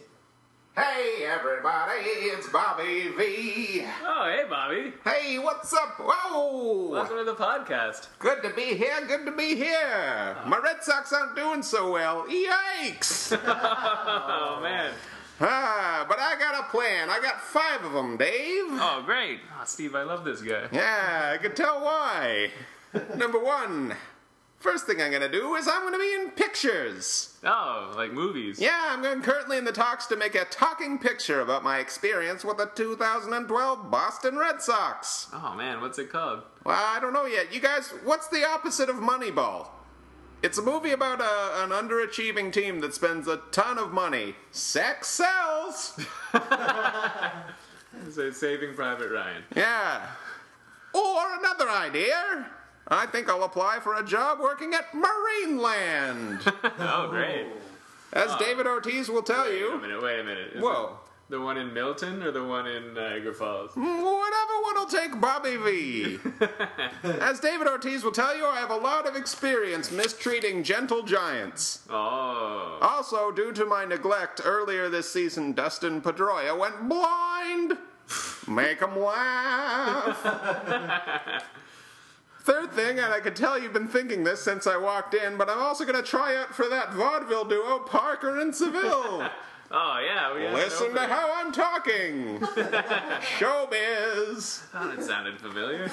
Speaker 3: Hey, everybody, it's Bobby V.
Speaker 2: Oh, hey, Bobby.
Speaker 3: Hey, what's up? Whoa!
Speaker 2: Welcome to the podcast.
Speaker 3: Good to be here, good to be here. My Red Sox aren't doing so well. Yikes!
Speaker 2: Oh, man.
Speaker 3: ah, but I got a plan. I got five of them, Dave.
Speaker 2: Oh, great. Oh, Steve, I love this guy.
Speaker 3: Yeah, I can tell why. Number one,
Speaker 1: First thing I'm gonna do is I'm gonna be in pictures.
Speaker 2: Oh, like movies.
Speaker 1: Yeah, I'm going- currently in the talks to make a talking picture about my experience with the 2012 Boston Red Sox.
Speaker 2: Oh man, what's it called?
Speaker 1: Well, I don't know yet. You guys, what's the opposite of Moneyball? It's a movie about a, an underachieving team that spends a ton of money. Sex sells!
Speaker 2: So it's Saving Private Ryan.
Speaker 1: Yeah. Or another idea. I think I'll apply for a job working at Marineland.
Speaker 2: Oh great.
Speaker 1: As David Ortiz will tell
Speaker 2: Wait a
Speaker 1: you.
Speaker 2: minute. Wait a minute. Is
Speaker 1: Whoa.
Speaker 2: it The one in Milton or the one in Niagara Falls?
Speaker 1: Whatever one will take Bobby V. As David Ortiz will tell you, I have a lot of experience mistreating gentle giants.
Speaker 2: Oh.
Speaker 1: Also, due to my neglect earlier this season, Dustin Pedroia went blind. Make him laugh. Third thing, and I could tell you've been thinking this since I walked in, but I'm also going to try out for that vaudeville duo Parker and Seville.
Speaker 2: Oh yeah. We had an
Speaker 1: Listen to
Speaker 2: opening.
Speaker 1: how I'm talking. Showbiz.
Speaker 2: Oh, that sounded familiar.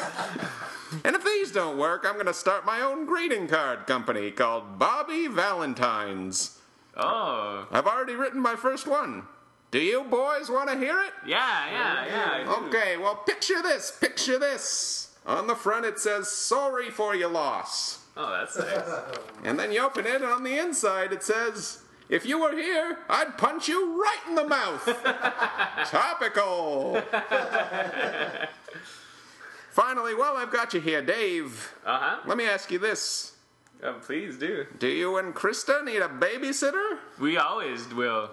Speaker 1: And if these don't work, I'm going to start my own greeting card company called Bobby Valentine's.
Speaker 2: Oh.
Speaker 1: I've already written my first one. Do you boys want to hear it?
Speaker 2: Yeah, yeah, yeah. I do.
Speaker 1: Okay, well, picture this, picture this. On the front, it says, Sorry for your loss.
Speaker 2: Oh, that's nice.
Speaker 1: And then you open it, and on the inside, it says, If you were here, I'd punch you right in the mouth. Topical. Finally, while I've got you here, Dave,
Speaker 2: Uh huh.
Speaker 1: let me ask you this.
Speaker 2: Oh, please do.
Speaker 1: Do you and Krista need a babysitter?
Speaker 2: We always will.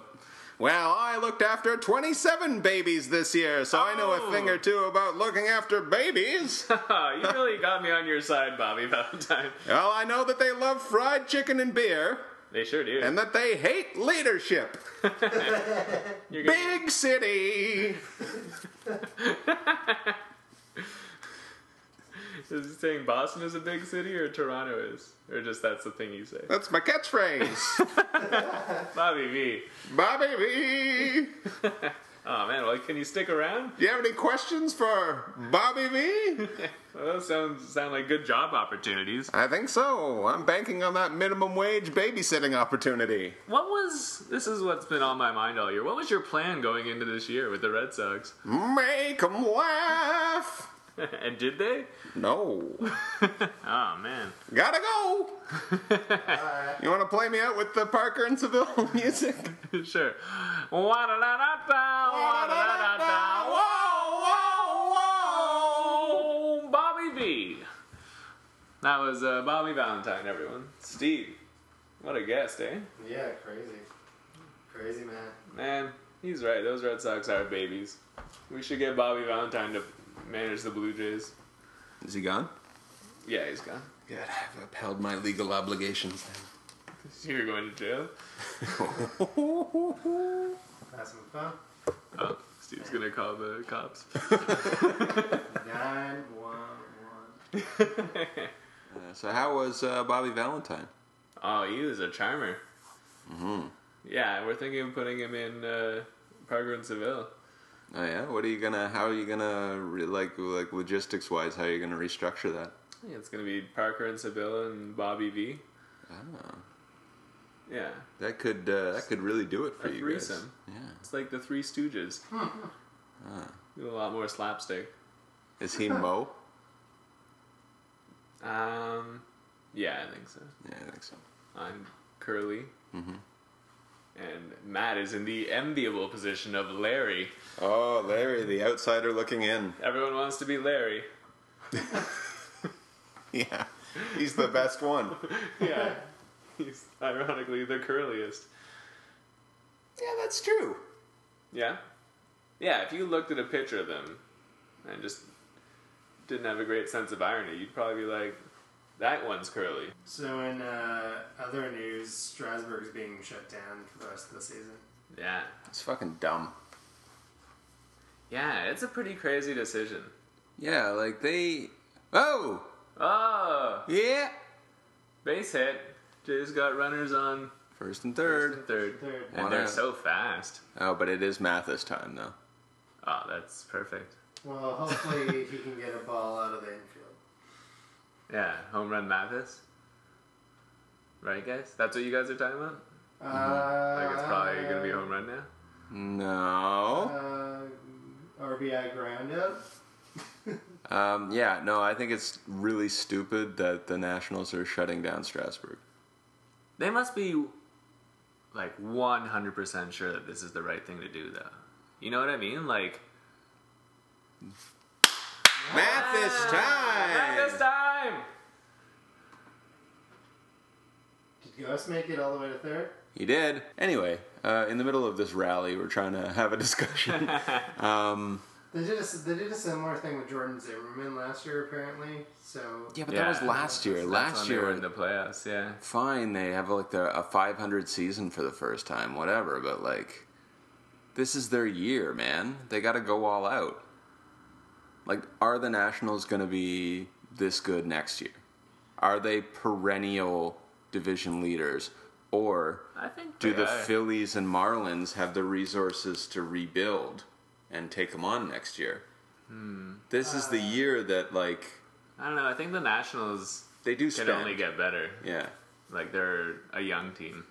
Speaker 1: Well, I looked after 27 babies this year, so I know
Speaker 2: Oh.
Speaker 1: a thing or two about looking after babies.
Speaker 2: Oh, you really got me on your side, Bobby Valentine.
Speaker 1: well, I know that they love fried chicken and beer,
Speaker 2: They sure do.
Speaker 1: and that they hate leadership.
Speaker 2: You're gonna-
Speaker 1: Big city!
Speaker 2: Is he saying Boston is a big city or Toronto is? Or just that's the thing you say?
Speaker 1: That's my catchphrase.
Speaker 2: Bobby V.
Speaker 1: Bobby V!
Speaker 2: Oh man, well can you stick around?
Speaker 1: Do you have any questions for Bobby V?
Speaker 2: Well, those sounds sound like good job opportunities.
Speaker 1: I think so. I'm banking on that minimum wage babysitting opportunity.
Speaker 2: What was this is what's been on my mind all year. What was your plan going into this year with the Red Sox?
Speaker 1: Make 'em laugh!
Speaker 2: and did they?
Speaker 1: No.
Speaker 2: Oh man.
Speaker 1: Gotta go. you want to play me out with the Parker and Seville music?
Speaker 2: sure. Wa-da-da-da-da, wa-da-da-da-da, wa- Oh, Bobby V. That was uh, Bobby Valentine, everyone. Steve, what a guest, eh?
Speaker 4: Yeah, crazy. Crazy, man.
Speaker 2: Man, he's right. Those Red Sox are babies. We should get Bobby Valentine to manage the Blue Jays.
Speaker 7: Is he gone?
Speaker 2: Yeah, he's gone.
Speaker 7: Good. I've upheld my legal obligations.
Speaker 2: You're going to jail.
Speaker 7: Uh,
Speaker 4: Pass my phone.
Speaker 2: Oh, Steve's gonna call the cops.
Speaker 4: 911.
Speaker 7: Uh, so how was uh, Bobby Valentine?
Speaker 2: Oh, he was a charmer. Mm-hmm. Yeah, we're thinking of putting him in uh, Parker and Seville.
Speaker 7: Oh yeah. What are you gonna? How are you gonna re- like like logistics wise? How are you gonna restructure that?
Speaker 2: Yeah, it's gonna be Parker and Seville and Bobby V.
Speaker 7: Oh,
Speaker 2: Yeah,
Speaker 7: that could uh, that could really do it for
Speaker 2: A
Speaker 7: you
Speaker 2: threesome.
Speaker 7: guys.
Speaker 2: it's like the Three Stooges. Do a lot more slapstick.
Speaker 7: Yeah. Is he Mo?
Speaker 2: Um, yeah, I think so.
Speaker 7: Yeah, I think so.
Speaker 2: I'm Curly. And Matt is in the enviable position of Larry.
Speaker 7: Oh, Larry, the outsider looking in.
Speaker 2: Everyone wants to be Larry.
Speaker 7: Yeah, he's the best one.
Speaker 2: Yeah. He's ironically the curliest.
Speaker 7: Yeah, that's true.
Speaker 2: Yeah? Yeah, if you looked at a picture of them and just didn't have a great sense of irony, you'd probably be like, that one's curly.
Speaker 4: So, in uh, other news, Strasbourg's being shut down for the rest of the season.
Speaker 2: Yeah.
Speaker 7: It's fucking dumb.
Speaker 2: Yeah, it's a pretty crazy decision.
Speaker 7: Yeah, like they. Oh,
Speaker 2: Oh,
Speaker 7: yeah.
Speaker 2: base hit. Jay's got runners on
Speaker 7: First and
Speaker 2: first
Speaker 7: third.
Speaker 2: and third.
Speaker 4: Third.
Speaker 2: And they're so fast.
Speaker 7: Oh, but it is Mathis time though.
Speaker 2: Oh, that's perfect.
Speaker 4: Well, hopefully he can get a ball out of the infield.
Speaker 2: Yeah, home run Mathis. Right, guys? That's what you guys are talking about?
Speaker 4: Uh,
Speaker 2: Like, it's Mm-hmm. probably going to be a home run now?
Speaker 1: No.
Speaker 4: Uh, RBI ground out.
Speaker 1: Um, yeah, no, I think it's really stupid that the Nationals are shutting down Strasburg.
Speaker 2: They must be like 100% sure that this is the right thing to do, though. You know what I mean? Like,
Speaker 3: Math this
Speaker 1: Ah.
Speaker 2: "Not
Speaker 3: time.
Speaker 2: this time!
Speaker 4: Did Ghost make it all the way to third?
Speaker 1: He did. Anyway, uh, in the middle of this rally, we're trying to have a discussion. um,
Speaker 4: They did a, they did a similar thing with Jordan Zimmerman last year, apparently. So
Speaker 1: yeah, but
Speaker 2: Yeah.
Speaker 1: that was last year.
Speaker 2: That's when
Speaker 1: last
Speaker 2: they were in
Speaker 1: year,
Speaker 2: the playoffs, yeah.
Speaker 1: fine, they have like their, a 500 season for the first time, whatever, but like, this is their year, man. They got to go all out. Like, are the Nationals going to be this good next year? Are they perennial division leaders? Or
Speaker 2: I think
Speaker 1: do
Speaker 2: they
Speaker 1: the
Speaker 2: are.
Speaker 1: Phillies and Marlins have the resources to rebuild and take them on next year?
Speaker 2: Hmm.
Speaker 1: This is the year that like
Speaker 2: I don't know. I think the Nationals
Speaker 1: they do
Speaker 2: can
Speaker 1: spend.
Speaker 2: only get better.
Speaker 1: yeah,
Speaker 2: Like, they're a young team.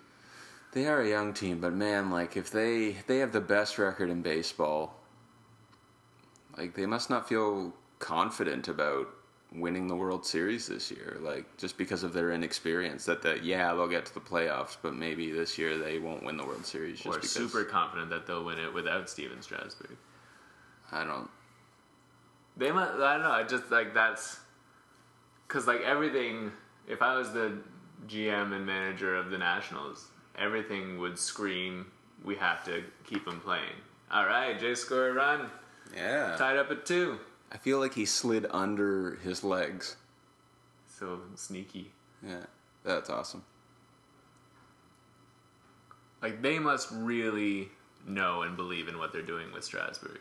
Speaker 1: they are a young team, but man, like if they they have the best record in baseball, like they must not feel confident about winning the World Series this year. Like just because of their inexperience, that that yeah they'll get to the playoffs, but maybe this year they won't win the World Series. Just
Speaker 2: We're
Speaker 1: because
Speaker 2: super confident that they'll win it without Steven Strasburg.
Speaker 1: I don't
Speaker 2: They must. I don't know. I just like that's because like everything. If I was the GM and manager of the Nationals, everything would scream, "We have to keep him playing." All right, Jay score a run,
Speaker 1: yeah.
Speaker 2: tied up at two.
Speaker 1: I feel like he slid under his legs.
Speaker 2: So sneaky.
Speaker 1: Yeah, that's awesome.
Speaker 2: Like they must really know and believe in what they're doing with Strasburg.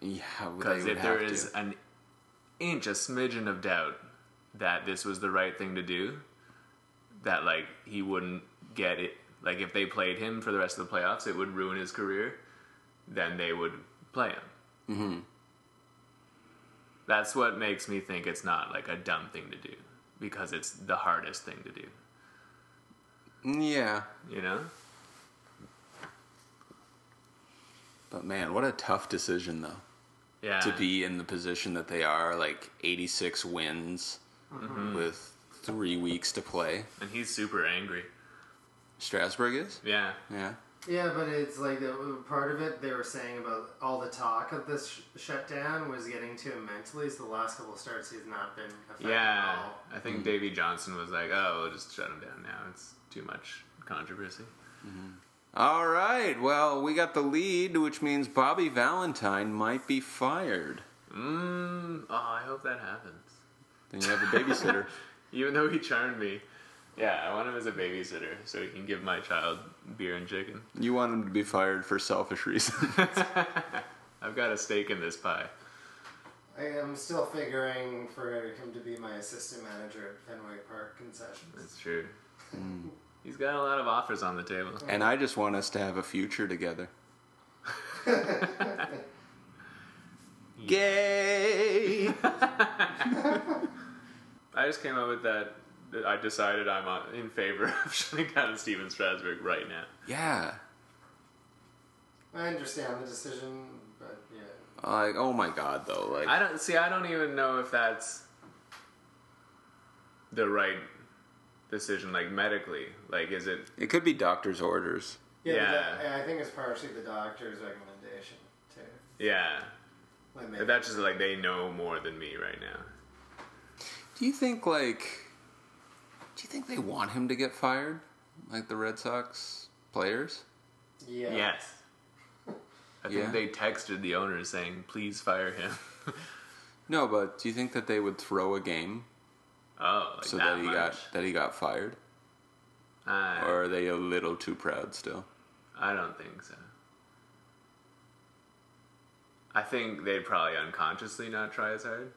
Speaker 1: Yeah,
Speaker 2: Because if there is
Speaker 1: to.
Speaker 2: an inch, a smidgen of doubt that this was the right thing to do, that like he wouldn't get it. Like if they played him for the rest of the playoffs, it would ruin his career. Then they would play him. Mm-hmm. That's what makes me think it's not like a dumb thing to do because it's the hardest thing to do.
Speaker 1: yeah,
Speaker 2: You know?
Speaker 1: but man, what a tough decision though
Speaker 2: Yeah.
Speaker 1: to be in the position that they are, like 86 wins with three weeks to play.
Speaker 2: And he's super angry.
Speaker 1: Strasburg is,
Speaker 2: Yeah.
Speaker 1: yeah,
Speaker 4: yeah, but it's like the, uh, part of it they were saying about all the talk of this sh- shutdown was getting to him mentally. So the last couple of starts he's not been affected
Speaker 2: Yeah,
Speaker 4: at all.
Speaker 2: I think Davy Johnson was like, "Oh, we'll just shut him down now. It's too much controversy."
Speaker 1: All right, well, we got the lead, which means Bobby Valentine might be fired.
Speaker 2: Mm, oh, I hope that happens.
Speaker 1: Then you have a babysitter.
Speaker 2: Even though he charmed me, yeah, I want him as a babysitter so he can give my child beer and chicken.
Speaker 1: you want him to be fired for selfish reasons.
Speaker 2: I've got a stake in this pie.
Speaker 4: I am still figuring for him to be my assistant manager at Fenway Park concessions.
Speaker 2: That's true. He's got a lot of offers on the table.
Speaker 1: and I just want us to have a future together. Gay.
Speaker 2: I just came up with that. that I decided I'm on- in favor of shutting down Steven Strasburg right now.
Speaker 1: yeah.
Speaker 4: I understand the decision, but yeah.
Speaker 1: Like, oh my god, though. Like,
Speaker 2: I don't see. I don't even know if that's the right decision, like medically. Like, is it?
Speaker 1: it could be doctor's orders.
Speaker 4: Yeah, but
Speaker 2: Yeah.
Speaker 4: that- I think it's partially the doctor's recommendation too.
Speaker 2: Yeah,
Speaker 4: Like
Speaker 2: But
Speaker 4: maybe-
Speaker 2: that's just like they know more than me right now.
Speaker 1: Do you think like, do you think they want him to get fired? Like the Red Sox players?
Speaker 4: yeah.
Speaker 2: Yes, I think
Speaker 1: Yeah.
Speaker 2: they texted the owner saying, "Please fire him."
Speaker 1: No, but do you think that they would throw a game
Speaker 2: oh, like
Speaker 1: so
Speaker 2: that,
Speaker 1: that, he
Speaker 2: much.
Speaker 1: got that he got fired?
Speaker 2: I,
Speaker 1: Or are they a little too proud still?
Speaker 2: I don't think so. I think they'd probably unconsciously not try as hard.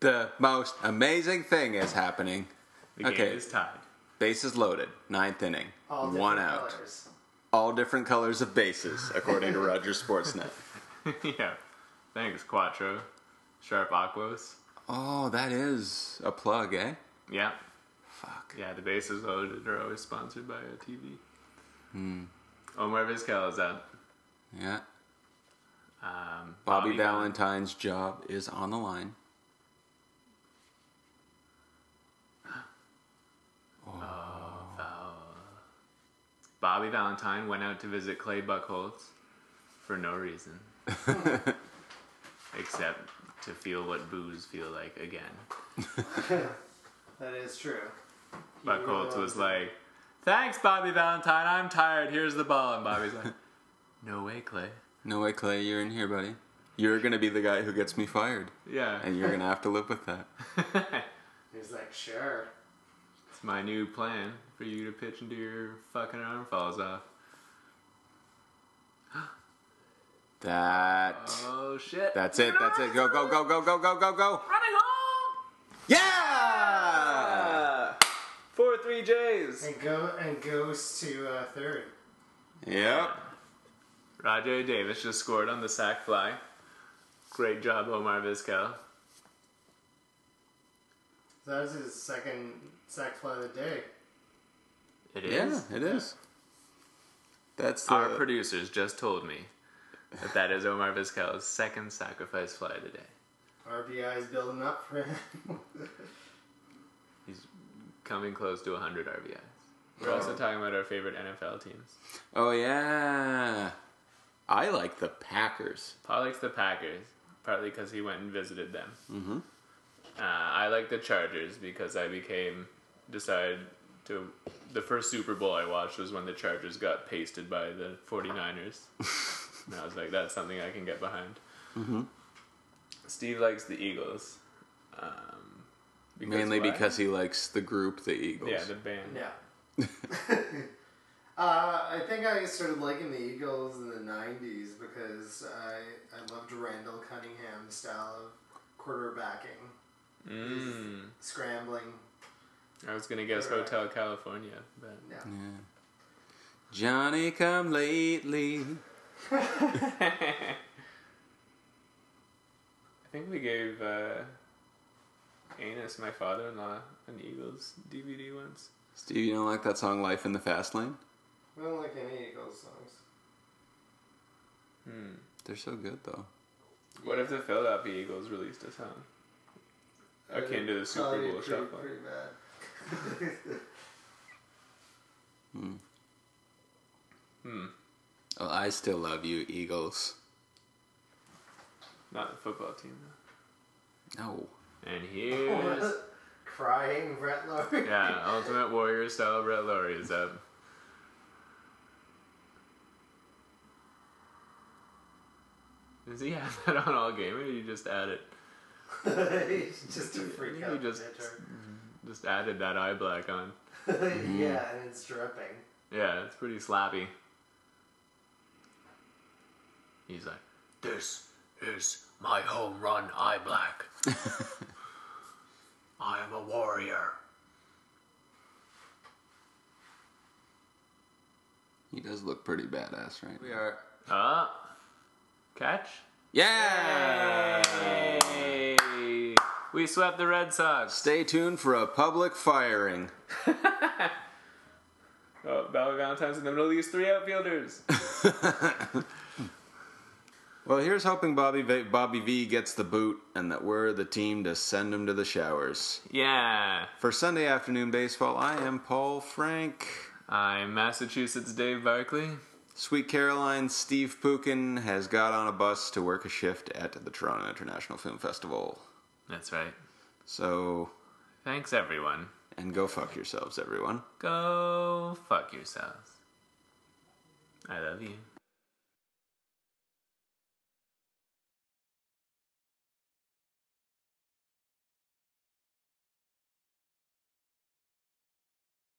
Speaker 1: The most amazing thing is happening.
Speaker 2: The game
Speaker 1: Okay.
Speaker 2: is tied.
Speaker 1: Bases loaded, ninth inning,
Speaker 4: All different
Speaker 1: one out.
Speaker 4: colors.
Speaker 1: All different colors of bases, according to Roger Sportsnet.
Speaker 2: yeah. Thanks, Quattro. Sharp Aquos.
Speaker 1: Oh, that is a plug, eh?
Speaker 2: Yeah.
Speaker 1: Fuck.
Speaker 2: Yeah, the bases loaded are always sponsored by a TV. Omar Vizquel is out.
Speaker 1: Hmm. Yeah.
Speaker 2: Um,
Speaker 1: Bobby, Valentine's job is on the line.
Speaker 2: Bobby Valentine went out to visit Clay Buckholz for no reason, except to feel what booze feel like again.
Speaker 4: That is true. He um,
Speaker 2: Buckholz
Speaker 4: really
Speaker 2: was
Speaker 4: loves it.
Speaker 2: like, "Thanks, Bobby Valentine. I'm tired. Here's the ball." And Bobby's like, "No way, Clay."
Speaker 1: No way, Clay, you're in here, buddy. You're gonna be the guy who gets me fired,
Speaker 2: Yeah,
Speaker 1: and you're gonna have to live with that.
Speaker 4: He's like, sure.
Speaker 2: it's my new plan for you to pitch into your fucking arm falls off.
Speaker 1: That.
Speaker 2: Oh shit!
Speaker 1: That's it. That's it. Go, go, go, go, go, go, go, go.
Speaker 2: Running home.
Speaker 1: Yeah!
Speaker 2: Uh, Four three J's.
Speaker 4: And go and goes to uh, third.
Speaker 1: Yep.
Speaker 2: Rajay Davis just scored on the sack fly. Great job, Omar Vizquel.
Speaker 4: That was his second sack fly of the day.
Speaker 2: It
Speaker 1: Yeah,
Speaker 2: is.
Speaker 1: it is. That's the.
Speaker 2: Our producers just told me that that is Omar Vizquel's second sacrifice fly today.
Speaker 4: RBI is building up for him.
Speaker 2: He's coming close to 100 RBIs. We're also talking about our favorite NFL teams.
Speaker 1: oh, yeah. I like the Packers.
Speaker 2: Paul likes the Packers, partly because he went and visited them. Mm-hmm. Uh, I like the Chargers because I became decided to. The first Super Bowl I watched was when the Chargers got pasted by the 49ers. and I was like, that's something I can get behind. Mm-hmm. Steve likes the Eagles. Um, because
Speaker 1: Mainly
Speaker 2: why?
Speaker 1: because he likes the group, the Eagles.
Speaker 2: Yeah, the band.
Speaker 4: yeah. uh, I think I started liking the Eagles in the 90s because I, I loved Randall Cunningham's style of quarterbacking,
Speaker 2: Mm.
Speaker 4: scrambling.
Speaker 2: I was going to guess Hotel California, but
Speaker 4: Yeah.
Speaker 1: Johnny come lately.
Speaker 2: I think we gave uh, Anus, my father-in-law, an Eagles DVD once.
Speaker 1: Steve, you don't like that song Life in the Fast Lane?
Speaker 4: I don't like any Eagles songs.
Speaker 2: Hmm.
Speaker 1: They're so good, though.
Speaker 2: What if the Philadelphia Eagles released a song? Akin to the Super
Speaker 4: Probably
Speaker 2: Bowl
Speaker 4: pretty,
Speaker 2: shuffle.
Speaker 4: pretty bad.
Speaker 2: Hmm.
Speaker 1: Oh, I still love you, Eagles.
Speaker 2: Not the football team. though.
Speaker 1: No.
Speaker 2: And here's
Speaker 4: Crying Brett Laurie.
Speaker 2: yeah, Ultimate Warrior style Brett Laurie is up. Does he have that on all game, or did you just add it?
Speaker 4: He's just a freak
Speaker 2: You
Speaker 4: out
Speaker 2: just-
Speaker 4: bitch.
Speaker 2: Just added that eye black on.
Speaker 4: yeah, and it's dripping.
Speaker 2: Yeah, it's pretty slappy. He's like, This is my home run, I Black. I am a warrior.
Speaker 1: He does look pretty badass, right? We are.
Speaker 2: Ah. catch.
Speaker 1: Yeah!
Speaker 2: Hey! We swept the Red Sox.
Speaker 1: Stay tuned for a public firing.
Speaker 2: Oh, Bobby Valentine's in the middle of these three outfielders.
Speaker 1: Well, here's hoping Bobby v, Bobby V gets the boot and that we're the team to send him to the showers.
Speaker 2: yeah.
Speaker 1: For Sunday afternoon baseball, I am Paul Frank.
Speaker 2: I'm Massachusetts Dave Barkley.
Speaker 1: Sweet Caroline's Steve Pookin has got on a bus to work a shift at the Toronto International Film Festival.
Speaker 2: That's right.
Speaker 1: So,
Speaker 2: Thanks, everyone.
Speaker 1: and go fuck yourselves, everyone.
Speaker 2: Go fuck yourselves. I love you.